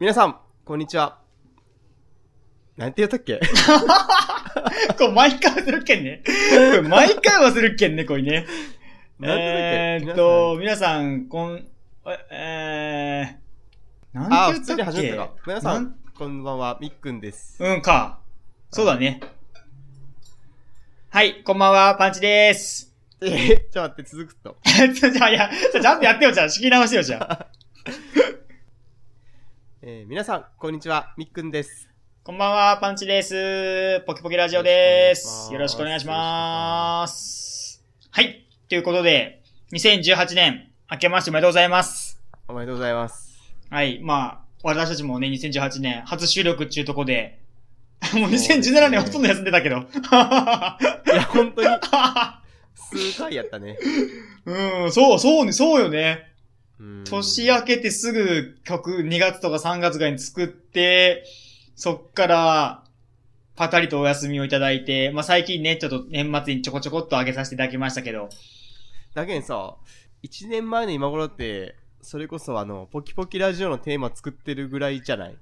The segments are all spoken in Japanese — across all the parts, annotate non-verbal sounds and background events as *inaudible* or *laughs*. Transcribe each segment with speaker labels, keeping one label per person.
Speaker 1: 皆さん、こんにちは。なんて言ったっけ
Speaker 2: *laughs* これ毎回忘れるけんね。これ毎回忘れるけんね、これね。
Speaker 1: なん
Speaker 2: *laughs* え
Speaker 1: て
Speaker 2: ー
Speaker 1: 言
Speaker 2: っ
Speaker 1: ったっ
Speaker 2: と、皆さん、こん、えー、
Speaker 1: け皆さんあー、
Speaker 2: なん
Speaker 1: 普
Speaker 2: て
Speaker 1: 通
Speaker 2: 言
Speaker 1: に
Speaker 2: ったっ
Speaker 1: 始
Speaker 2: け
Speaker 1: めたか。皆さ
Speaker 2: なん
Speaker 1: ん、こんばんは、みっくんです。
Speaker 2: うんか。そうだね。はい、こんばんは、パンチでーす。
Speaker 1: え、ちょっと待って、続くと。
Speaker 2: じゃあ、いや、じゃあちゃんとやってよ、じゃあ、仕切り直してよ、じゃあ。
Speaker 1: えー皆さん、こんにちは、みっくんです。
Speaker 2: こんばんは、パンチです。ポキポキラジオです。よ
Speaker 1: よ
Speaker 2: ろ
Speaker 1: ろ
Speaker 2: し
Speaker 1: し
Speaker 2: く
Speaker 1: く
Speaker 2: お
Speaker 1: お
Speaker 2: 願
Speaker 1: 願
Speaker 2: い
Speaker 1: い
Speaker 2: し
Speaker 1: し
Speaker 2: ま。
Speaker 1: ます
Speaker 2: はい。ということで、2018年、明けましておめでとうございます。
Speaker 1: おめでとうございます。
Speaker 2: はい。まあ、私たちもね、2018年、初収録っていうとこで、もう
Speaker 1: ですね
Speaker 2: 2017年ほとんど休んでたけど。 *laughs*
Speaker 1: いや、本当に、数回やったね。
Speaker 2: うん、そう、そうね、そうよね。
Speaker 1: うん
Speaker 2: 年明けてすぐ曲、2月とか3月ぐらいに作って、そっから、パタリとお休みをいただいて、まあ、最近ね、ちょっと年末にちょこちょこっと上げさせていただきましたけど。
Speaker 1: だけどさ、1年前の今頃って、それこそあの、ポキポキラジオのテーマ作ってるぐらいじゃない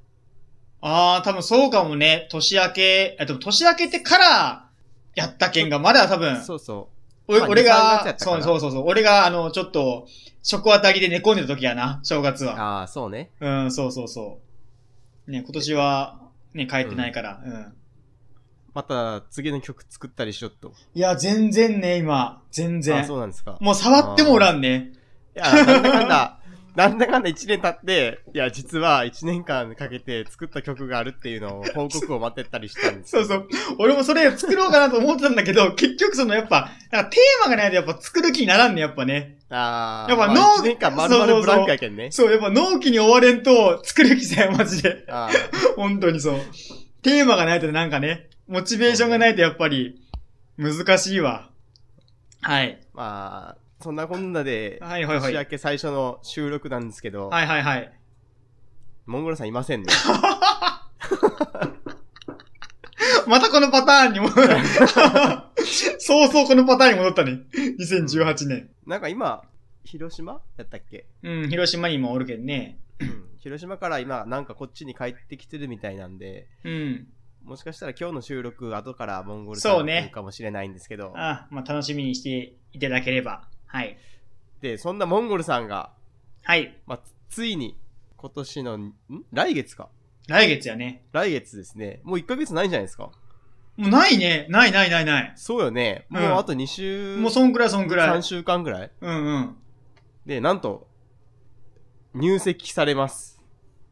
Speaker 2: ああ、多分そうかもね。年明け、え、でも年明けてから、やった件が、まだ多分、
Speaker 1: そうそ
Speaker 2: 俺
Speaker 1: まあ
Speaker 2: 俺
Speaker 1: 2 3月や
Speaker 2: が
Speaker 1: っ、たか
Speaker 2: そ
Speaker 1: ら
Speaker 2: うそうそうそう、俺が、あの、ちょっと、食あたりで寝込んでた時やな、正月
Speaker 1: う。
Speaker 2: は。
Speaker 1: ああ、そうね。
Speaker 2: うん、そうそうそう。ね、今年は、ね、帰ってないから、うん。
Speaker 1: また、次の曲作ったりしよっと。
Speaker 2: いや、全然ね、今、全
Speaker 1: ああ、
Speaker 2: 然
Speaker 1: そ。うなんですか。
Speaker 2: もう触ってもおらんね。
Speaker 1: いや、なんだかんだ、 *laughs* なんだかんだ1年経って、いや、実は1年間かけて作った曲があるっていうのを報告を待ってたりしたんです
Speaker 2: *laughs* そ
Speaker 1: よ
Speaker 2: うそう。。俺もそれ作ろうかなと思ってたんだけど、 *laughs* 結局そのやっぱ、なんかテーマがないとやっぱ作る気にならんね、やっぱね。
Speaker 1: ああ。
Speaker 2: やっぱ
Speaker 1: まあ
Speaker 2: ノー
Speaker 1: 1年間丸々ブランクやけんね。
Speaker 2: そう、やっぱ納期に追われんと作る気さえマジで。
Speaker 1: あ
Speaker 2: *laughs* 本当にそう。テーマがないとなんかね、モチベーションがないとやっぱり、難しいわ。はい。
Speaker 1: あまあ、そんなこんなで、
Speaker 2: *laughs* はいはいは
Speaker 1: 年
Speaker 2: い。は
Speaker 1: 明
Speaker 2: い
Speaker 1: け最初の収録なんですけど、
Speaker 2: はいはい。
Speaker 1: モンゴルさんいません
Speaker 2: *laughs*
Speaker 1: ね。
Speaker 2: またこのパターンに戻る。 *laughs* そうそうこのパターンに戻ったね。2018年。
Speaker 1: なんか今、広島やったっけ、
Speaker 2: うん、広島にもおるけんね。
Speaker 1: うん広島から今、なんかこっちに帰ってきてるみたいなんで、
Speaker 2: うん。
Speaker 1: もしかしたら今日の収録、後からモンゴルさ
Speaker 2: そうん
Speaker 1: 来
Speaker 2: ね
Speaker 1: るかもしれないんですけど、
Speaker 2: あ、まあ楽しみにしていただければ。はい。
Speaker 1: で、そんなモンゴルさんが、
Speaker 2: はい。
Speaker 1: まあ、つついに、今年の、ん来月か。
Speaker 2: 来月やね。
Speaker 1: 来月ですね。もう1ヶ月ないんじゃないですか。
Speaker 2: もうないね。ないないないない。
Speaker 1: そうよね。もう
Speaker 2: うん
Speaker 1: あと2週、
Speaker 2: もうそんくらいそんくら
Speaker 1: 3
Speaker 2: い。
Speaker 1: 週間ぐらい
Speaker 2: うんうん。
Speaker 1: で、なんと、入籍されます。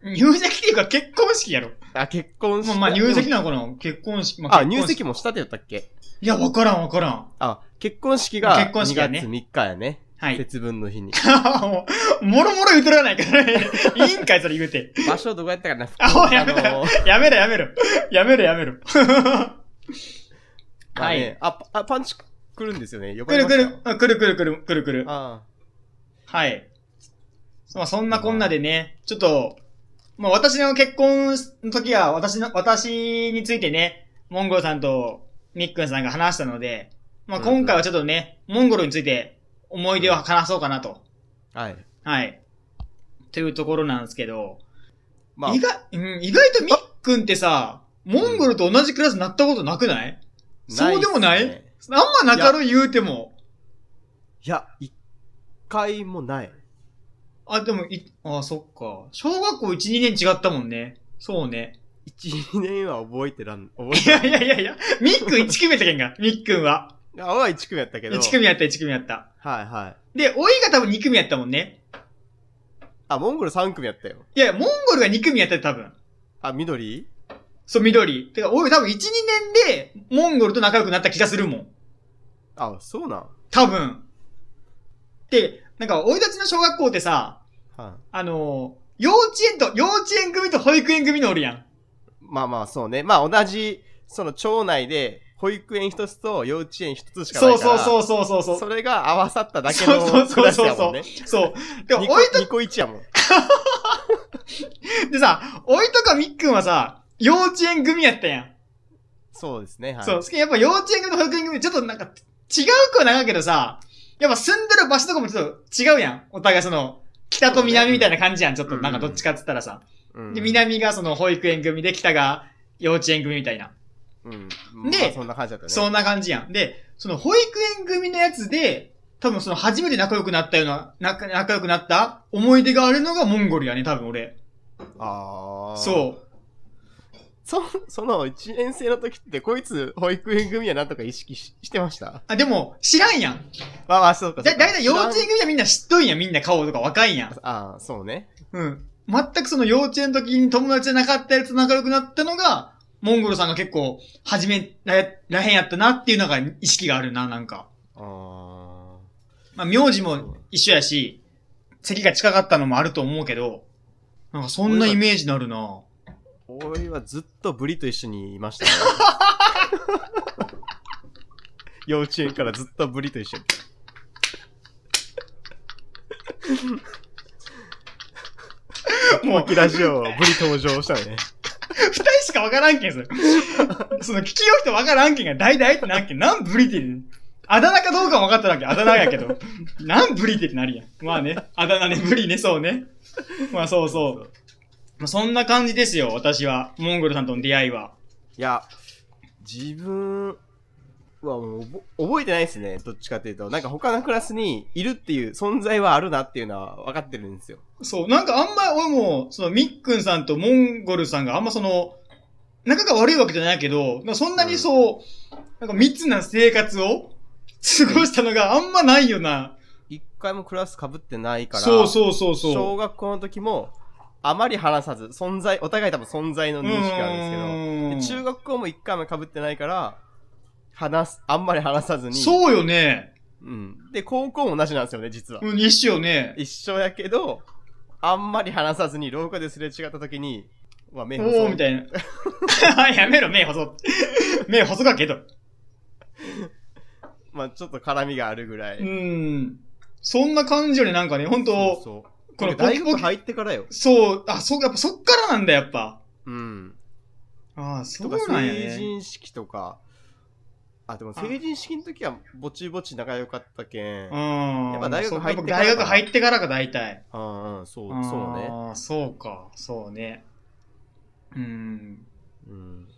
Speaker 2: 入籍っていうか結婚式やろ。
Speaker 1: あ、結婚
Speaker 2: ま
Speaker 1: し
Speaker 2: あまあ入籍なのかな結婚式。ま
Speaker 1: あ、
Speaker 2: 結婚式
Speaker 1: 入籍もしたって言ったっけ
Speaker 2: いや、わからんわからん。
Speaker 1: あ、結婚式が
Speaker 2: 結
Speaker 1: 2
Speaker 2: 婚
Speaker 1: 月
Speaker 2: 式やね
Speaker 1: 3日やね。
Speaker 2: はい。
Speaker 1: 節分の日に。
Speaker 2: *laughs* もう、もろもろ言うとらないから *laughs* ね。いいんかい、それ言うて。
Speaker 1: 場所どこやったかな
Speaker 2: あおいやめろ
Speaker 1: のー
Speaker 2: やめろ、やめろ。やめろ、やめ *laughs* ろ。
Speaker 1: まあ
Speaker 2: は
Speaker 1: ね
Speaker 2: い。
Speaker 1: あ、パあパンチ来るんですよね。呼ば
Speaker 2: く
Speaker 1: れ
Speaker 2: る
Speaker 1: ま
Speaker 2: く
Speaker 1: した
Speaker 2: る、あくるくるくる、くるくる。
Speaker 1: あ
Speaker 2: はい。まあ、そんなこんなでね、ちょっと、まあ、私の結婚の時は、私の、私についてね、モンゴルさんとミックンさんが話したので、まあ、
Speaker 1: うんうん
Speaker 2: 今回はちょっとね、モンゴルについて思い出を話そうかなと。
Speaker 1: あ。はい。
Speaker 2: はい。というところなんですけど、
Speaker 1: まあ
Speaker 2: 意、外、うん、意外とみっくんってさ、モンゴルと同じクラスになったことなくない、そうでもない
Speaker 1: っすね
Speaker 2: あんまなかる言うても。
Speaker 1: いや、一回もない。
Speaker 2: あ、でも、い、あ、そっか。小学校1、2年違ったもんね。そうね。
Speaker 1: 一年は覚えてらん、覚え
Speaker 2: い
Speaker 1: てら
Speaker 2: や *laughs*
Speaker 1: ん。い
Speaker 2: いやいやいや、みっくん1組やったけんが、みっくんは。
Speaker 1: や、俺は一組やったけど。
Speaker 2: 1組やった、1組やった。
Speaker 1: はいはい。
Speaker 2: で、おいが多分2組やったもんね。
Speaker 1: あ、モンゴル三組やったよ。
Speaker 2: いやいや、モンゴルが2組やったよ多分。
Speaker 1: あ、緑
Speaker 2: そう、緑。てか、おい多分1、2年で、モンゴルと仲良くなった気がするもん。
Speaker 1: あ、そうなん。
Speaker 2: 多分。で、なんか、おいたちの小学校ってさ、
Speaker 1: は
Speaker 2: あのー、幼稚園と、幼稚園組と保育園組のおるやん。
Speaker 1: い。まあまあ、そうね。まあ同じ、その町内で、保育園一つと幼稚園一つしかな
Speaker 2: そ
Speaker 1: いうか
Speaker 2: そう
Speaker 1: ら。
Speaker 2: そううそうそうそう。
Speaker 1: それが合わさっただけ
Speaker 2: そう
Speaker 1: の
Speaker 2: そ
Speaker 1: ク
Speaker 2: う
Speaker 1: ラス
Speaker 2: そう
Speaker 1: や
Speaker 2: そ
Speaker 1: も
Speaker 2: うん
Speaker 1: ね。
Speaker 2: そう。で、おい
Speaker 1: ニコ
Speaker 2: と、
Speaker 1: ニコイチやもん。
Speaker 2: でさ、おいとかみっくんはさ、幼稚園組やったやん。
Speaker 1: そうですね。はい。
Speaker 2: そう。すけどやっぱ幼稚園組と保育園組、ちょっとなんか、違う子は長いけどさ、やっぱ住んでる場所とかもちょっと違うやん。お互いその、北と南みたいな感じやん。ちょっとなんかどっちかっつったらさ。
Speaker 1: うん
Speaker 2: で、、南がその保育園組で、北が幼稚園組みたいな。
Speaker 1: うん。
Speaker 2: で
Speaker 1: まあそんな感じだったね。
Speaker 2: そんな感じやん。で、その保育園組のやつで、多分その初めて仲良くなったような、仲仲良くなった思い出があるのがモンゴルやね、多分俺。
Speaker 1: ああ。
Speaker 2: そう。
Speaker 1: そ、 *laughs* その1年生の時って、こいつ、保育園組はなんとか意識ししてました
Speaker 2: あ、でも、知らんやん。
Speaker 1: まあまあ、そうか。
Speaker 2: だ、
Speaker 1: そうか
Speaker 2: だいたい幼稚園組はみんな知っとんやん、みんな顔とか若いんやん。
Speaker 1: ああ、そうね。
Speaker 2: うん。全くその幼稚園の時に友達じゃなかったやつと仲良くなったのが、モンゴルさんが結構、初めららへんやったなっていうのが意識があるな、なんか。
Speaker 1: あ
Speaker 2: まあ、名字も一緒やし、席が近かったのもあると思うけど、なんかそんなイメージになるな
Speaker 1: あ。俺はずっとブリと一緒にいま
Speaker 2: *laughs*
Speaker 1: した、ね。幼稚園からずっとブリと一緒に。
Speaker 2: も *laughs* う、
Speaker 1: キラジオ、ブリ登場したね。
Speaker 2: 二人しかわからんけん、それ。 *laughs* その、聞きよ人わからんけんが、大々ってなんけん、なんブリティあだ名かどうかも分かったわけ、あだ名やけど。なんブリティってなるやん。まあね、あだ名ね、ブリね、そうね。まあそうそう。まあそんな感じですよ、私は。モンゴルさんとの出会いは。
Speaker 1: いや、自分はもう覚覚えてないですね。どっちかというと。なんか他のクラスにいるっていう存在はあるなっていうのは分かってるんですよ。
Speaker 2: そう、なんかあんま、俺も、その、ミックンさんとモンゴルさんがあんまその、仲が悪いわけじゃないけど、なんかそんなにそう、なんか密な生活を過ごしたのがあんまないよな。
Speaker 1: 一回もクラス被ってないから。
Speaker 2: そうそうそうそう。
Speaker 1: 小学校の時も、あまり話さず、存在、お互い多分存在の認識があるん
Speaker 2: うーん
Speaker 1: ですけど、で中学校も一回も被ってないから、話す、あんまり話さずに。う。
Speaker 2: そうよね。
Speaker 1: うん。で、高校も同じなんですよね、実は。
Speaker 2: うん、一緒よね。
Speaker 1: 一緒やけど、あんまり話さずに、廊下ですれ違った時に、は目
Speaker 2: お
Speaker 1: 細
Speaker 2: ー、
Speaker 1: い
Speaker 2: みたいな。 *laughs* やめろ、目細っ。目細かけど。
Speaker 1: まあちょっと絡みがあるぐらい。
Speaker 2: うん。そんな感じよね、なんかね、本当
Speaker 1: そうそう
Speaker 2: この
Speaker 1: 大
Speaker 2: ポキポ
Speaker 1: 学
Speaker 2: キ
Speaker 1: 入ってからよ。
Speaker 2: そう、あ、そう、やっぱそっからなんだ、やっぱ。
Speaker 1: うん。
Speaker 2: ああ、
Speaker 1: と
Speaker 2: そう
Speaker 1: か、
Speaker 2: なんや
Speaker 1: 成
Speaker 2: ね。
Speaker 1: 人式とか、あ、でも成人式の時は、ぼちぼち仲良かったけん。
Speaker 2: うん。
Speaker 1: やっぱ大学入ってからか
Speaker 2: 大学入ってからか、大体。
Speaker 1: うんうん、そう、そうね。
Speaker 2: ああ、そうか、そうね。うん。
Speaker 1: うん。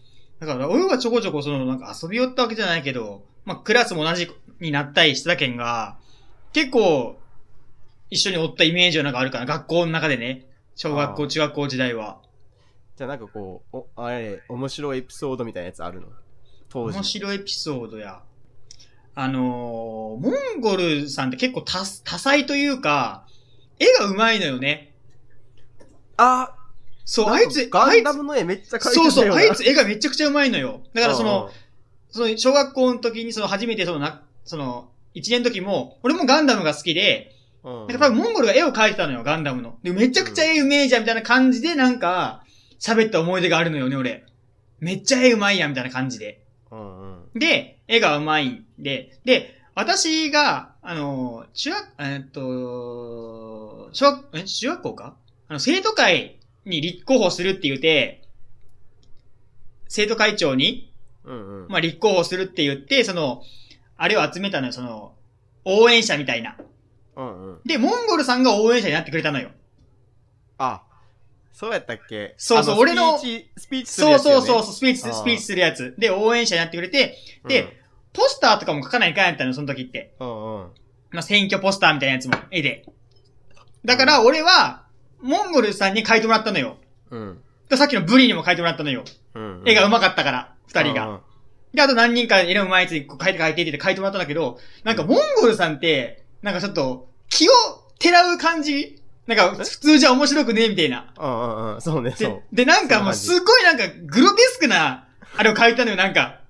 Speaker 2: だから、俺はちょこちょこ、その、なんか遊び寄ったわけじゃないけど、まあ、クラスも同じになったりしてたけんが、結構、一緒におったイメージはなんかあるかな。学校の中でね。小学
Speaker 1: あ
Speaker 2: 校、
Speaker 1: ー
Speaker 2: 中学校時代は。
Speaker 1: じゃあなんかこう、お、あれ、面白いエピソードみたいなやつあるの当時。
Speaker 2: 面白いエピソードや。あのーモンゴルさんって結構多多彩というか、絵が上手いのよね。
Speaker 1: あ
Speaker 2: そう、あい
Speaker 1: なん
Speaker 2: つ、
Speaker 1: か
Speaker 2: あ
Speaker 1: ガン
Speaker 2: い
Speaker 1: ダ
Speaker 2: つ、
Speaker 1: ムの絵めっちゃ描いてたよ
Speaker 2: そう
Speaker 1: な
Speaker 2: そう、あいつ絵がめちゃくちゃ上手いのよ。だからその、、その小学校の時にその初めてそのな、その、一年の時も、俺もガンダムが好きで、
Speaker 1: うんうん
Speaker 2: なんか多分モンゴルが絵を描いてたのよ、ガンダムの。で、めちゃくちゃ絵うめえじゃんみたいな感じで、なんか、喋った思い出があるのよね、俺。めっちゃ絵うまいやんみたいな感じで。
Speaker 1: うんうん。
Speaker 2: で、絵がうまいんで、で、私が、あの、中学、えーっと、小学、え中学校かあの、生徒会に立候補するって言って、生徒会長に
Speaker 1: うんうん。
Speaker 2: まあ、立候補するって言って、その、あれを集めたのよ、その、応援者みたいな。
Speaker 1: うんうん。
Speaker 2: で、モンゴルさんが応援者になってくれたのよ。
Speaker 1: あ、そうやったっけ
Speaker 2: そうそう
Speaker 1: あ
Speaker 2: 俺の
Speaker 1: スピーチ、スピーチする
Speaker 2: そう
Speaker 1: やつよね
Speaker 2: そうそう、そうスピーチ
Speaker 1: あ
Speaker 2: す、
Speaker 1: ー
Speaker 2: スピーチするやつ。で、応援者になってくれて、
Speaker 1: うん
Speaker 2: で、ポスターとかも書かないかんやったのよ、その時って。
Speaker 1: うんうん。
Speaker 2: まあ、選挙ポスターみたいなやつも、絵で。だから、俺は、モンゴルさんに書いてもらったのよ。
Speaker 1: うん。
Speaker 2: でさっきのブリにも書いてもらったのよ。
Speaker 1: うん。
Speaker 2: 絵が
Speaker 1: う
Speaker 2: 上手かったから、二人が。
Speaker 1: んうん。
Speaker 2: で、あと何人か絵の上手いやつにこう書いて書いてって書いてもらったんだけど、なんかモンゴルさんって、なんかちょっと、気をてらう感じなんか普通じゃ面白くねみたいな。
Speaker 1: うんうんうん。そうね、そ
Speaker 2: で
Speaker 1: う。、
Speaker 2: で、なんかもう
Speaker 1: そん
Speaker 2: すごいなんかグロテスクな、あれを書いたのよ、なんか。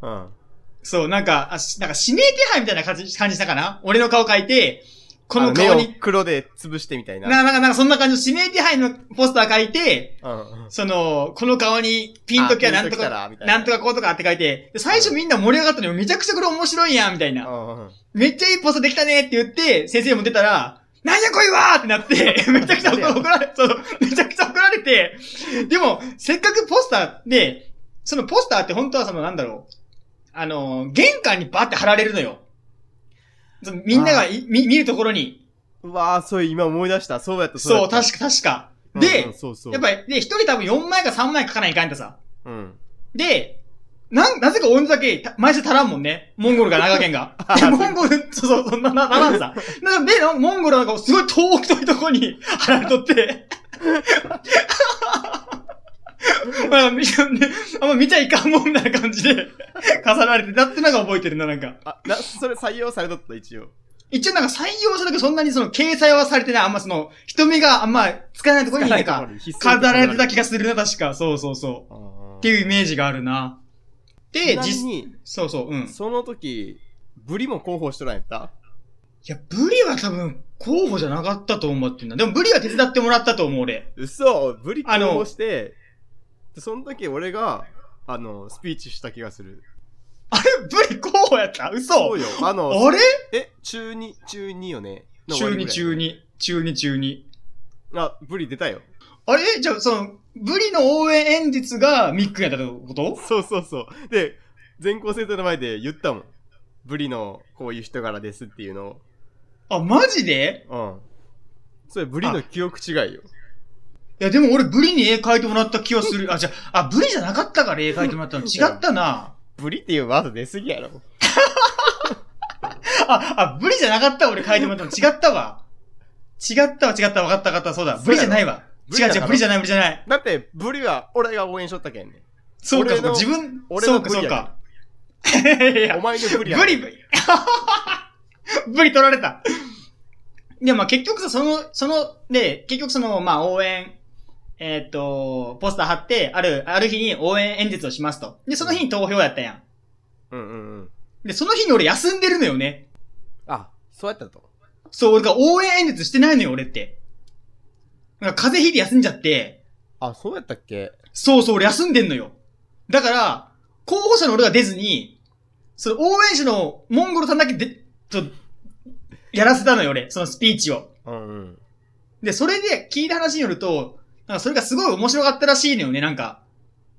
Speaker 1: うん。
Speaker 2: そう、なんか、あしなんか指名手配みたいな感じ、感じしたかな俺の顔書いて、この
Speaker 1: あ
Speaker 2: 顔
Speaker 1: 目を
Speaker 2: に、
Speaker 1: 黒で潰してみたいな。
Speaker 2: な、なんか、なんかそんな感じの指名手配のポスター書いて、
Speaker 1: うんうん。
Speaker 2: その、この顔にピンときゃ
Speaker 1: あ
Speaker 2: なんと
Speaker 1: ピンときた
Speaker 2: から
Speaker 1: み、たいな
Speaker 2: なんとかこうとかって書いて、で最初みんな盛り上がったのよ。めちゃくちゃこれ面白いやん、みたいな。
Speaker 1: うんうん。
Speaker 2: めっちゃいいポストできたねって言って、先生も出たら、なんやこいわーってな
Speaker 1: *laughs*
Speaker 2: って、めちゃくちゃ
Speaker 1: なん
Speaker 2: 怒
Speaker 1: でや
Speaker 2: 怒られ、そう、めちゃくちゃ怒られて、でも、せっかくポスターで、そのポスターって本当はそのなんだろう、あのー、玄関にバーって貼られるのよ。そのみんながいみ見るところに。
Speaker 1: うわあ、そう今思い出した。そうやった、
Speaker 2: そう、
Speaker 1: やった
Speaker 2: 確か、確か。で
Speaker 1: うんうんそうそう。
Speaker 2: やっぱり、で、一人多分4枚か3枚書かないかんとさ。
Speaker 1: うん。
Speaker 2: で、なん、なぜか音だけ、た毎週足らんもんね。モンゴルが長県 *laughs* が
Speaker 1: あ。
Speaker 2: で
Speaker 1: そう
Speaker 2: モンゴル、そうそう、そんな、な、ならんさ。なんで、なんかモンゴルなんかすごい遠くといとこに貼られとって。 *laughs* まあ、見ねあんま見ちゃいかんもんみたいな感じで、重なれて、だってなんか覚えてるな、なんか。
Speaker 1: あ、な、それ採用されとった、一応。
Speaker 2: 一応なんか採用したけど、そんなにその、掲載はされてない。あんまその、人目があんま使えないところになんか、飾られてた気がするな、確か。そうそうそう。
Speaker 1: っ
Speaker 2: っていうイ
Speaker 1: ー
Speaker 2: メージがあるな。
Speaker 1: ジ
Speaker 2: で、
Speaker 1: ちなみ
Speaker 2: 実、
Speaker 1: に、
Speaker 2: そうそう、うん。い
Speaker 1: その時、ブリも候補しとらんやった
Speaker 2: や、ブリは多分、候補じゃなかったと思ってんだ。でもブリは手伝ってもらったと思う、俺。
Speaker 1: 嘘ブリ候
Speaker 2: あの
Speaker 1: 補して、でその時俺が、あの、スピーチした気がする。
Speaker 2: あれブリ候補やった
Speaker 1: そ
Speaker 2: 嘘
Speaker 1: うよ。あの、
Speaker 2: あれ
Speaker 1: え、中2、中2よね。の終
Speaker 2: 中
Speaker 1: わりぐ
Speaker 2: 二
Speaker 1: らい
Speaker 2: 中。二中二中二
Speaker 1: あ、ブリ出たよ。
Speaker 2: あれじゃあ、その、ブリの応援演説がミックやったってこと
Speaker 1: そうそうそう。で、全校生徒の前で言ったもん。ブリのこういう人柄ですっていうの
Speaker 2: あ、マジで
Speaker 1: を。うん。それブリの記憶違いよ。
Speaker 2: いや、でも俺ブリに絵描いてもらった気は *laughs* する。あ、じゃあ、あ、ブリじゃなかったから絵描いてもらったの違ったな。
Speaker 1: ブリっていうワード出すぎやろ。
Speaker 2: あ、あ、ブリじゃなかった俺書いてもらったの違ったわ。違ったわ、違ったわ、分かった、分かった、そうだ。ブリじゃないわ。
Speaker 1: ブリ
Speaker 2: 違う
Speaker 1: だか
Speaker 2: 違
Speaker 1: ら
Speaker 2: う、ブリじゃない、ブリじゃない。
Speaker 1: だって、ブリは俺が応援しとったけんね。
Speaker 2: そうか、
Speaker 1: 俺
Speaker 2: そうか、
Speaker 1: の
Speaker 2: 自分、
Speaker 1: 俺
Speaker 2: そ
Speaker 1: の
Speaker 2: うか、
Speaker 1: ブ
Speaker 2: そ
Speaker 1: リや
Speaker 2: うか。いや
Speaker 1: お前のブ
Speaker 2: ブ
Speaker 1: リや
Speaker 2: リ、ブリ、 *laughs* ブリ取られた。でもまあ結局さ、その、その、で、結局その、まあ応援、えーっ、と、ポスター貼って、ある、ある日に応援演説をしますと。で、その日に投票やったやん。
Speaker 1: うんうんうん。
Speaker 2: で、その日に俺休んでるのよね。
Speaker 1: あ、そうやったと。
Speaker 2: そう、俺が応援演説してないのよ、俺って。なんか風邪ひいて休んじゃって、
Speaker 1: あ、そうやったっけ
Speaker 2: そうそう、俺休んでんのよ。だから、候補者の俺が出ずに、その応援者のモンゴルさんだけで、と、やらせたのよ、俺。そのスピーチを。
Speaker 1: うんうん。
Speaker 2: で、それで聞いた話によると、なんかそれがすごい面白かったらしいのよね、なんか。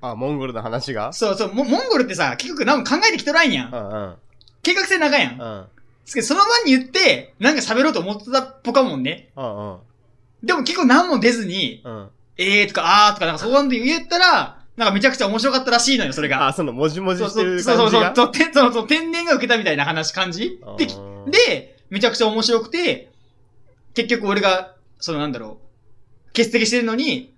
Speaker 1: あ、モンゴルの話が
Speaker 2: そうそう、モモンゴルってさ、結局何も考えてきとらんや。
Speaker 1: うんん
Speaker 2: 計画性長いや
Speaker 1: うん。
Speaker 2: ん。
Speaker 1: うん
Speaker 2: すけどその場に言って、なんか喋ろうと思ってたっぽかもんね。
Speaker 1: うんうん。
Speaker 2: でも結構何も出ずに、
Speaker 1: うん。
Speaker 2: えーとかあーとか、なんかそうなんで言ったら、なんかめちゃくちゃ面白かったらしいのよ、それが。
Speaker 1: あ、その、もじもじ
Speaker 2: そう
Speaker 1: して
Speaker 2: そう
Speaker 1: る
Speaker 2: そう
Speaker 1: 感じ
Speaker 2: そう
Speaker 1: が。
Speaker 2: そう、てそのそう天然が受けたみたいな話、感じ
Speaker 1: あ
Speaker 2: で
Speaker 1: ー、
Speaker 2: で、めちゃくちゃ面白くて、結局俺が、そのなんだろう、欠席してるのに、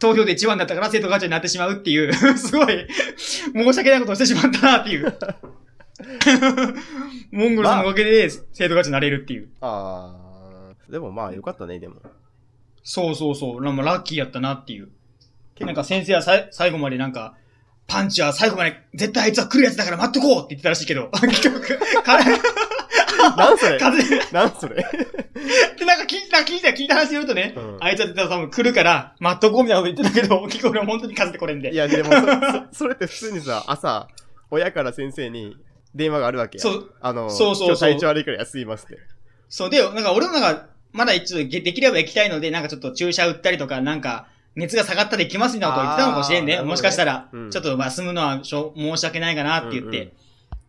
Speaker 2: 投票で一番だったから生徒ガチャになってしまうっていう、 *laughs* すごい、申し訳ないことをしてしまったなっ
Speaker 1: *laughs*
Speaker 2: ていう。モンゴルさんのおかげで生徒ガチャになれるっていう。
Speaker 1: あーでもまあ、よかったね、
Speaker 2: *laughs*
Speaker 1: でも。
Speaker 2: そうそうそう、なんかラッキーやったなっていう。なんか先生はさい最後までなんか、パンチは最後まで絶対あいつは来るやつだから待っとこうって言ってたらしいけど、結局、か
Speaker 1: なんそれ
Speaker 2: 風邪
Speaker 1: なんそれ *laughs*
Speaker 2: で、なんか聞いた、聞いた、聞いた話によるとね、
Speaker 1: うん
Speaker 2: あいつは絶対多分来るから、待っとこうみたいなこと言ってたけど、結構俺は本当に風邪でこれん
Speaker 1: い
Speaker 2: で。
Speaker 1: や、でもそ、 *laughs* そそれって普通にさ、朝、親から先生に電話があるわけや。
Speaker 2: そう。
Speaker 1: あの、
Speaker 2: そうそ
Speaker 1: 今
Speaker 2: うそう
Speaker 1: 日体調悪いから休みますって。
Speaker 2: そうで、なんか俺もなんか、まだ一応でできれば行きたいので、なんかちょっと注射打ったりとか、なんか、熱が下がったら行きますみたいなことを言ってたのかもしれ
Speaker 1: あ
Speaker 2: ん
Speaker 1: ー
Speaker 2: ね。
Speaker 1: なるほどね
Speaker 2: もしかしたら、
Speaker 1: うん
Speaker 2: ちょっとまあ休むのはしょ申し訳ないかなって言っ
Speaker 1: うんう
Speaker 2: て。
Speaker 1: ん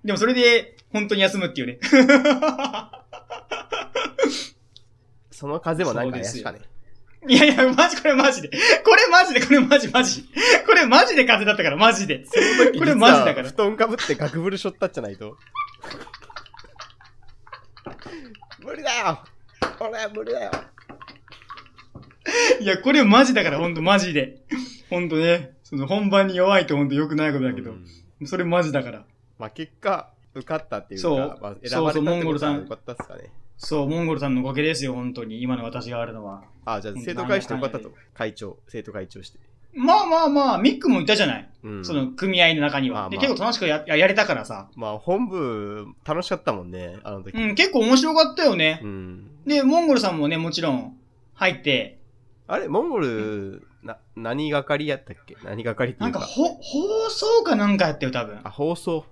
Speaker 2: でもそれで、本当に休むっていうね。 *laughs*
Speaker 1: その風もなんか怪しかね。
Speaker 2: いやいや、マジ、これマジで。これマジで、これマジマジ。これマジで風邪だったから、マジで。これマジだか
Speaker 1: 実
Speaker 2: ら
Speaker 1: は布。団かぶってガクブルしょったっじゃないと。 *laughs* 無理だよ俺は無理だよ
Speaker 2: いや、これマジだから、ほんとマジで。ほんとね、その本番に弱いとほんと良くないことだけど、
Speaker 1: うん
Speaker 2: それマジだから。
Speaker 1: まあ結果、受かったっていうか、
Speaker 2: そう
Speaker 1: まあ、選
Speaker 2: そ
Speaker 1: ば
Speaker 2: うそう
Speaker 1: れたって
Speaker 2: モンゴ
Speaker 1: こ
Speaker 2: ル
Speaker 1: と
Speaker 2: さ
Speaker 1: は
Speaker 2: ん
Speaker 1: よかったっすかね。
Speaker 2: そう、モンゴルさんのおかげですよ、ほんとに。今の私があるのは。
Speaker 1: あじゃあ生徒会してよかった
Speaker 2: な
Speaker 1: と。会長、生徒会長して。
Speaker 2: まあまあまあ、ミックもいたじゃない。
Speaker 1: うん。
Speaker 2: その組合の中に
Speaker 1: まあま
Speaker 2: は。
Speaker 1: あ
Speaker 2: で、結構楽しくやややれたからさ。
Speaker 1: まあ本部、楽しかったもんね、あの時。
Speaker 2: うん、結構面白かったよね
Speaker 1: う。ん。
Speaker 2: で、モンゴルさんもね、もちろん、入って、
Speaker 1: あれ、モンゴル、な、何係やったっけ何係って
Speaker 2: ない
Speaker 1: う
Speaker 2: んか、
Speaker 1: か。
Speaker 2: ほ、放送かなんかやってる、多分
Speaker 1: あ、。放送。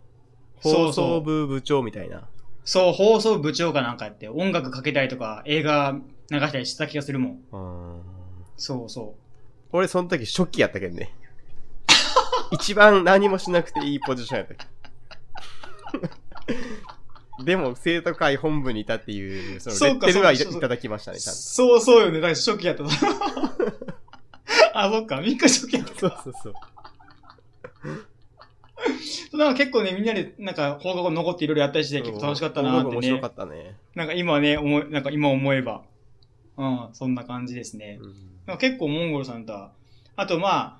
Speaker 2: そ
Speaker 1: 放
Speaker 2: うそう
Speaker 1: 送部部長みたいな。
Speaker 2: そう、放送部長かなんかやって、音楽かけたりとか、映画流したりした気がするもん。
Speaker 1: うん。
Speaker 2: そうそう。
Speaker 1: 俺、その時初期やったけんね。 *laughs* 一番何もしなくていいポジションやったけん *laughs* でも、生徒会本部にいたっていう、そ
Speaker 2: そ
Speaker 1: のレ
Speaker 2: う
Speaker 1: ッ
Speaker 2: か
Speaker 1: テルはい
Speaker 2: そうかそうか
Speaker 1: いただきましたね、ちゃんと。
Speaker 2: そうそうよね。だから初期やった。 *laughs* あ、そっか。ミック初見。
Speaker 1: そうそうそう。
Speaker 2: なんか結構ね、みんなで、なんか放課後残っていろいろやったりして、結構楽しかったなーって
Speaker 1: 面
Speaker 2: ね
Speaker 1: 白か。ったね。
Speaker 2: なんか今ね、思い、なんか今思えば。うん、そんな感じですね。
Speaker 1: うん
Speaker 2: なんか結構モンゴルさんとは、あとまあ、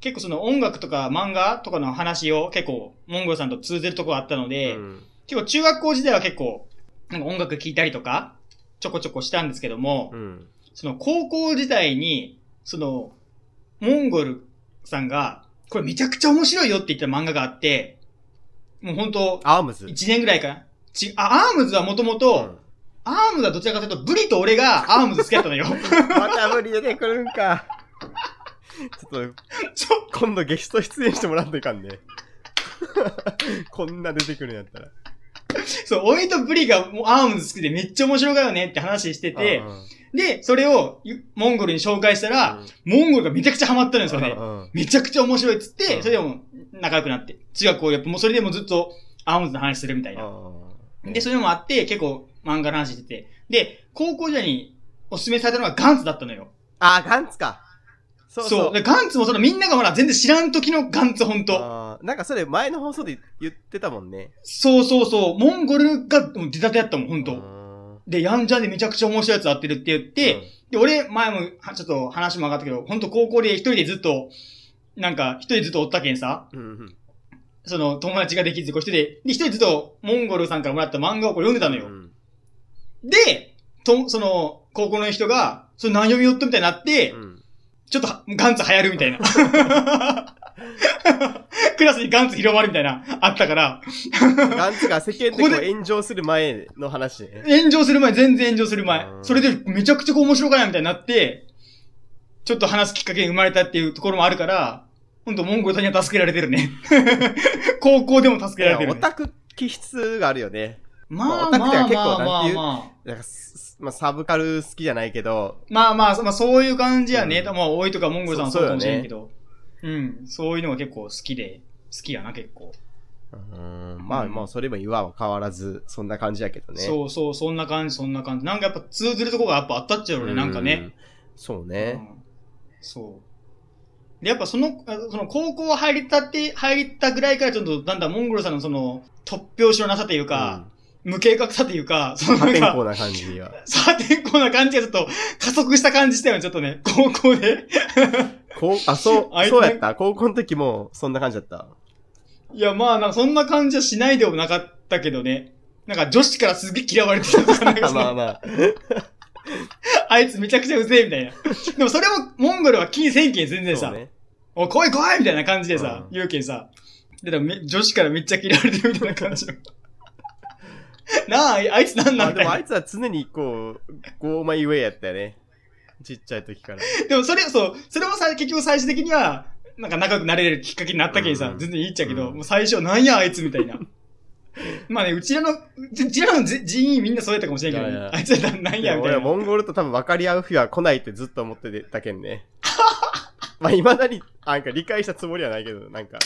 Speaker 2: 結構その音楽とか漫画とかの話を結構モンゴルさんと通ずるところあったので、
Speaker 1: うん
Speaker 2: 結構中学校時代は結構、なんか音楽聴いたりとか、ちょこちょこしたんですけども、
Speaker 1: うん。
Speaker 2: その高校時代に、その、モンゴルさんが、これめちゃくちゃ面白いよって言った漫画があって、もう本当
Speaker 1: アームズ。
Speaker 2: 1年ぐらいかな。ち、あ、アームズはもともと、アームズはどちらかというと、ブリと俺がアームズ好きだった
Speaker 1: *laughs*
Speaker 2: のよ。
Speaker 1: うんまた無理出てくるんか。ちょっと、
Speaker 2: ちょ
Speaker 1: 今度ゲスト出演してもらんといかんね。こんな出てくるんやったら。
Speaker 2: そう、俺とブリがもうアームズ好きでめっちゃ面白いよねって話してて
Speaker 1: う、んうん
Speaker 2: で、それをゆモンゴルに紹介したら、モンゴルがめちゃくちゃハマったんですよね
Speaker 1: う。んうん
Speaker 2: めちゃくちゃ面白いっつっ
Speaker 1: う
Speaker 2: て、
Speaker 1: ん
Speaker 2: それでも仲良くなって、中学校やっぱもうそれでもずっとアームズの話するみたいな。
Speaker 1: うん
Speaker 2: で、それもあって、結構漫画の話してて。で、高校時代におすすめされたのがガンツだったのよ。
Speaker 1: あー、ガンツか。そ
Speaker 2: そうう
Speaker 1: そう。
Speaker 2: でガンツもそのみんながほら全然知らん時のガンツほんと。
Speaker 1: あーなんかそれ前の放送で言ってたもんね。
Speaker 2: そうそうそう。モンゴルがもう出たてやったもん、ほんと。
Speaker 1: と。
Speaker 2: で、ヤンジャンでめちゃくちゃ面白いやつ合ってるって言って、で、俺、前もは、ちょっと話も上がったけど、ほんと高校で一人でずっと、なんか、一人でずっとおったけんさ、
Speaker 1: うん、うん
Speaker 2: その友達ができず、こう一人で、で、一人ずっとモンゴルさんからもらった漫画をこう読んでた
Speaker 1: う
Speaker 2: の
Speaker 1: ん。
Speaker 2: よ。
Speaker 1: うん
Speaker 2: で、と、その、高校の人が、それ何読みよっとみたいになって、
Speaker 1: うん
Speaker 2: ちょっとはガンツ流行るみたい
Speaker 1: *laughs*
Speaker 2: な。クラスにガンツ広まるみたいな、あったから、
Speaker 1: ガンツが世間的
Speaker 2: ここ
Speaker 1: に
Speaker 2: で
Speaker 1: 炎上する前の話ね。
Speaker 2: 炎上する前、全然炎上する前
Speaker 1: う、ん
Speaker 2: それでめちゃくちゃこう面白くないみたいになって、ちょっと話すきっかけに生まれたっていうところもあるから、ほんと、モンゴルさんには助けられてるね。高校でも助
Speaker 1: い
Speaker 2: け
Speaker 1: や
Speaker 2: られてる、
Speaker 1: オ
Speaker 2: ね。
Speaker 1: タク気質があるよね。
Speaker 2: まあ
Speaker 1: オタ
Speaker 2: ま
Speaker 1: クって
Speaker 2: あ
Speaker 1: 結
Speaker 2: ま
Speaker 1: 構
Speaker 2: あま
Speaker 1: なん
Speaker 2: あ
Speaker 1: ていう
Speaker 2: まあ。
Speaker 1: なんかすまあ、サブカル好きじゃないけど、
Speaker 2: まあまあ、そまあそういう感じやね。
Speaker 1: うん
Speaker 2: まあ、多いとかモンゴルさんは
Speaker 1: そ
Speaker 2: そううかもしれんけど。うん。そういうのが結構好きで、好きやな、結構。
Speaker 1: うんまあ
Speaker 2: うん
Speaker 1: まあ、それも今は変わらず、そんな感じやけどね。
Speaker 2: そうそう、そんな感じ、そんな感じ。なんかやっぱ通ずるとこがやっぱあったっちゃうよね、なんか
Speaker 1: う
Speaker 2: ね。。
Speaker 1: そう
Speaker 2: う
Speaker 1: ね。
Speaker 2: んそう。で、やっぱその、あその高校入りたって、入りたぐらいからちょっとだんだんモンゴルさんのその、突拍子のなさというか、無計画さというか、そ
Speaker 1: うん、破
Speaker 2: のなん
Speaker 1: 天荒
Speaker 2: か、
Speaker 1: な感じは。
Speaker 2: さ天荒な感じがちょっと加速した感じしたよね、ちょっとね、高校で。
Speaker 1: こ
Speaker 2: *laughs*
Speaker 1: う、あ、そう
Speaker 2: あ、いつ
Speaker 1: そうやった。高校の時も、そんな感じだった。
Speaker 2: いや、まあ、なんかそんな感じはしないでもなかったけどね。なんか女子からすげえ嫌われてたとか、なんかその
Speaker 1: *laughs* まあまあ。
Speaker 2: あいつめちゃくちゃうぜえみたいな。でもそれもモンゴルは気にせんけん全然
Speaker 1: そう
Speaker 2: さ、
Speaker 1: ね。
Speaker 2: おい来い来いみたいな感じでさ、
Speaker 1: うん
Speaker 2: 言うけんさ。で、でもめ女子からめっちゃ嫌われてるみたいな感じの。 *laughs* なあ、あいつなん
Speaker 1: ま
Speaker 2: な
Speaker 1: あ
Speaker 2: んだ
Speaker 1: でもあ
Speaker 2: よ。
Speaker 1: いつは常にこう、ゴーマイウェイやったよね。ちっちゃい時から。
Speaker 2: でもそれ、そう、それもさ、結局最終的には、なんか仲良くなれるきっかけになったけんさ、
Speaker 1: うん
Speaker 2: 全然いいっちゃうけど、
Speaker 1: うん
Speaker 2: もう最初なんやあいつみたいな。まあね、うちらの、うちらのじ人員みんなそうやったかもしれんけどね、
Speaker 1: いやいや
Speaker 2: あいつらなんなん
Speaker 1: い
Speaker 2: や
Speaker 1: や、
Speaker 2: みた
Speaker 1: 俺
Speaker 2: い
Speaker 1: は
Speaker 2: な。
Speaker 1: モンゴルと多分分かり合う日は来ないってずっと思ってたけんね。
Speaker 2: *laughs*
Speaker 1: まあ、未だに、なんか理解したつもりはないけど、なんか。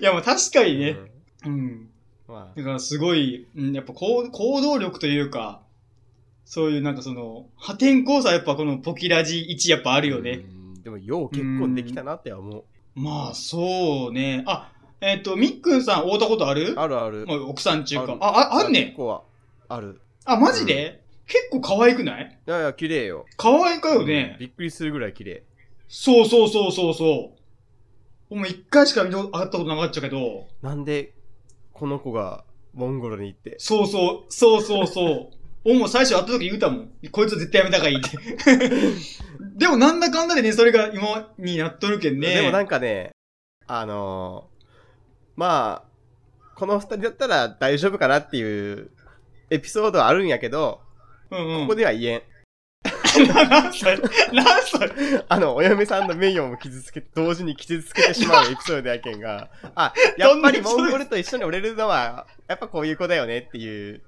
Speaker 2: いや、もう確かに
Speaker 1: う
Speaker 2: ね。
Speaker 1: ん
Speaker 2: うん。
Speaker 1: まあ
Speaker 2: だからすごい、うん、やっぱ行行動力というか、そういうなんかその、破天荒さはやっぱこのポキラジ1やっぱあるよね。
Speaker 1: うんでも、よう結婚できたなっては思う。
Speaker 2: まあそうね。あ、えっ、と、みっくんさん会うたことある
Speaker 1: あるある。
Speaker 2: まあ、奥さん中か
Speaker 1: る。
Speaker 2: あ、あ、あ
Speaker 1: 結
Speaker 2: んね。
Speaker 1: 構はある。
Speaker 2: あ、マジで、結構可愛くない
Speaker 1: いやいや、綺麗よ。
Speaker 2: 可愛いかよ
Speaker 1: うん
Speaker 2: ね。
Speaker 1: びっくりするぐらい綺麗。
Speaker 2: そうそうそうそうそう。もう一回しか見たこと会ったことなかったけど、
Speaker 1: なんで、この子が、モンゴルに行って。
Speaker 2: そうそう、そうそうそう。俺も最初会った時言うたもん。こいつ絶対やめた方がいいって。
Speaker 1: *laughs*
Speaker 2: でもなんだかんだでね、それが今になっとるけんね。
Speaker 1: でもなんかね、あのーまあ、この二人だったら大丈夫かなっていうエピソードはあるんやけど、
Speaker 2: うんうん。
Speaker 1: ここでは言えん。
Speaker 2: *laughs* 何歳何歳
Speaker 1: あの、お嫁さんの名誉も傷つけ、同時に傷つけてしまうエピソードやけんが、あ、やっぱりモンゴルと一緒に折れるのは、やっぱこういう子だよねっていう。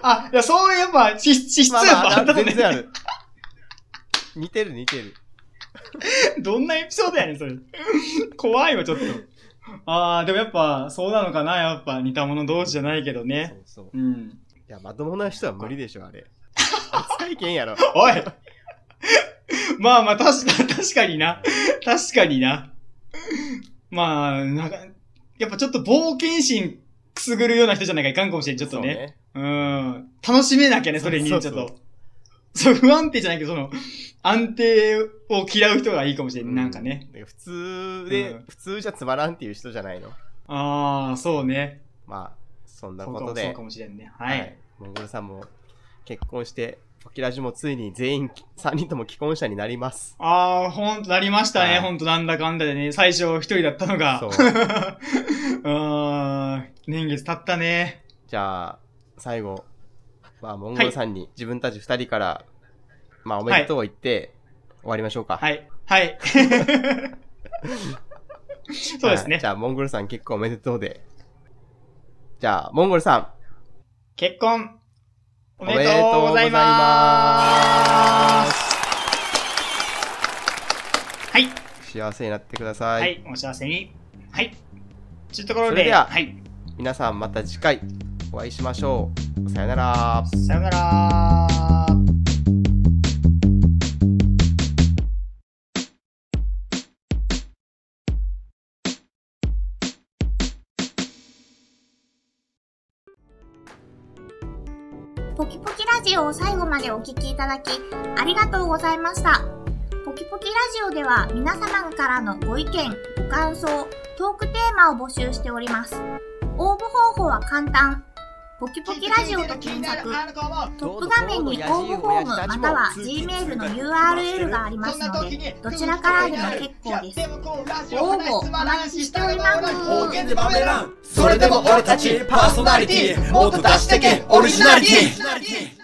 Speaker 2: あ、いや、そういえば、資資質
Speaker 1: ま
Speaker 2: や
Speaker 1: あ
Speaker 2: っ
Speaker 1: ま
Speaker 2: ぱ
Speaker 1: あ、
Speaker 2: あったね。
Speaker 1: 全然ある。似てる似てる。
Speaker 2: *laughs* どんなエピソードやねん、それ。怖いわ、ちょっと。ああ、でもやっぱ、そうなのかな、やっぱ、似た者同士じゃないけど
Speaker 1: そ
Speaker 2: ね。
Speaker 1: うそう。
Speaker 2: うん。 *laughs*
Speaker 1: いや、まともな人は無理でしょ、あれ。扱いけんやろ。
Speaker 2: おいまあまあ、確か、確かにな。確かにな。まあ、なんか、やっぱちょっと冒険心くすぐるような人じゃないかいかんかもしれん、ちょっと
Speaker 1: そう
Speaker 2: ね。うん。楽しめなきゃね、それに、ちょ
Speaker 1: そ
Speaker 2: っ
Speaker 1: う
Speaker 2: と。
Speaker 1: そ
Speaker 2: そうう不安定じゃないけど、その、安定を嫌う人がいいかもしれん、なんかね。。
Speaker 1: う普通で、
Speaker 2: うん
Speaker 1: 普通じゃつまらんっていう人じゃないの。
Speaker 2: ああ、そうね。
Speaker 1: まあ、そんな
Speaker 2: そう
Speaker 1: こ
Speaker 2: かも
Speaker 1: と
Speaker 2: そう
Speaker 1: で
Speaker 2: か、もしれんね。はい。
Speaker 1: モンゴルさんも結婚して、ポキラジもついに全員、3人とも既婚者になります。
Speaker 2: ああ、ほんとなりましたね、
Speaker 1: はい
Speaker 2: ほんとなんだかんだでね。最初一人だったのが。
Speaker 1: そう
Speaker 2: *laughs* あー年月経ったね。
Speaker 1: じゃあ、最後、まあ、モンゴルさんに自分たち2人から、まあ、おめでとうを言って、終わりましょうか。
Speaker 2: はい。
Speaker 1: *laughs*
Speaker 2: はい。そうです
Speaker 1: はい
Speaker 2: ね
Speaker 1: じ。ゃあ、モンゴルさん結婚おめでとうで。じゃあ、モンゴルさん、
Speaker 2: 結婚、おめでとうございます。はい。
Speaker 1: 幸せになってください。
Speaker 2: はい。お幸せに。はい。というところ
Speaker 1: そ
Speaker 2: で、
Speaker 1: れでは
Speaker 2: はい。
Speaker 1: 皆さんまた次回お会いしましょう。さよなら。
Speaker 2: さよなら。
Speaker 3: ポキポキラジオを最後までお聞きいただき、ありがとうございました。ポキポキラジオでは皆様からのご意見、ご感想、トークテーマを募集しております。応募方法は簡単。ポキポキラジオと検索、トップ画面に応募フォームまたは Gmail の URL がありますので、どちらからでも結構です。応募お待ちしております。
Speaker 4: 大で豆らんそれでも俺たちパーソナリティもっと出してけオリジナリティ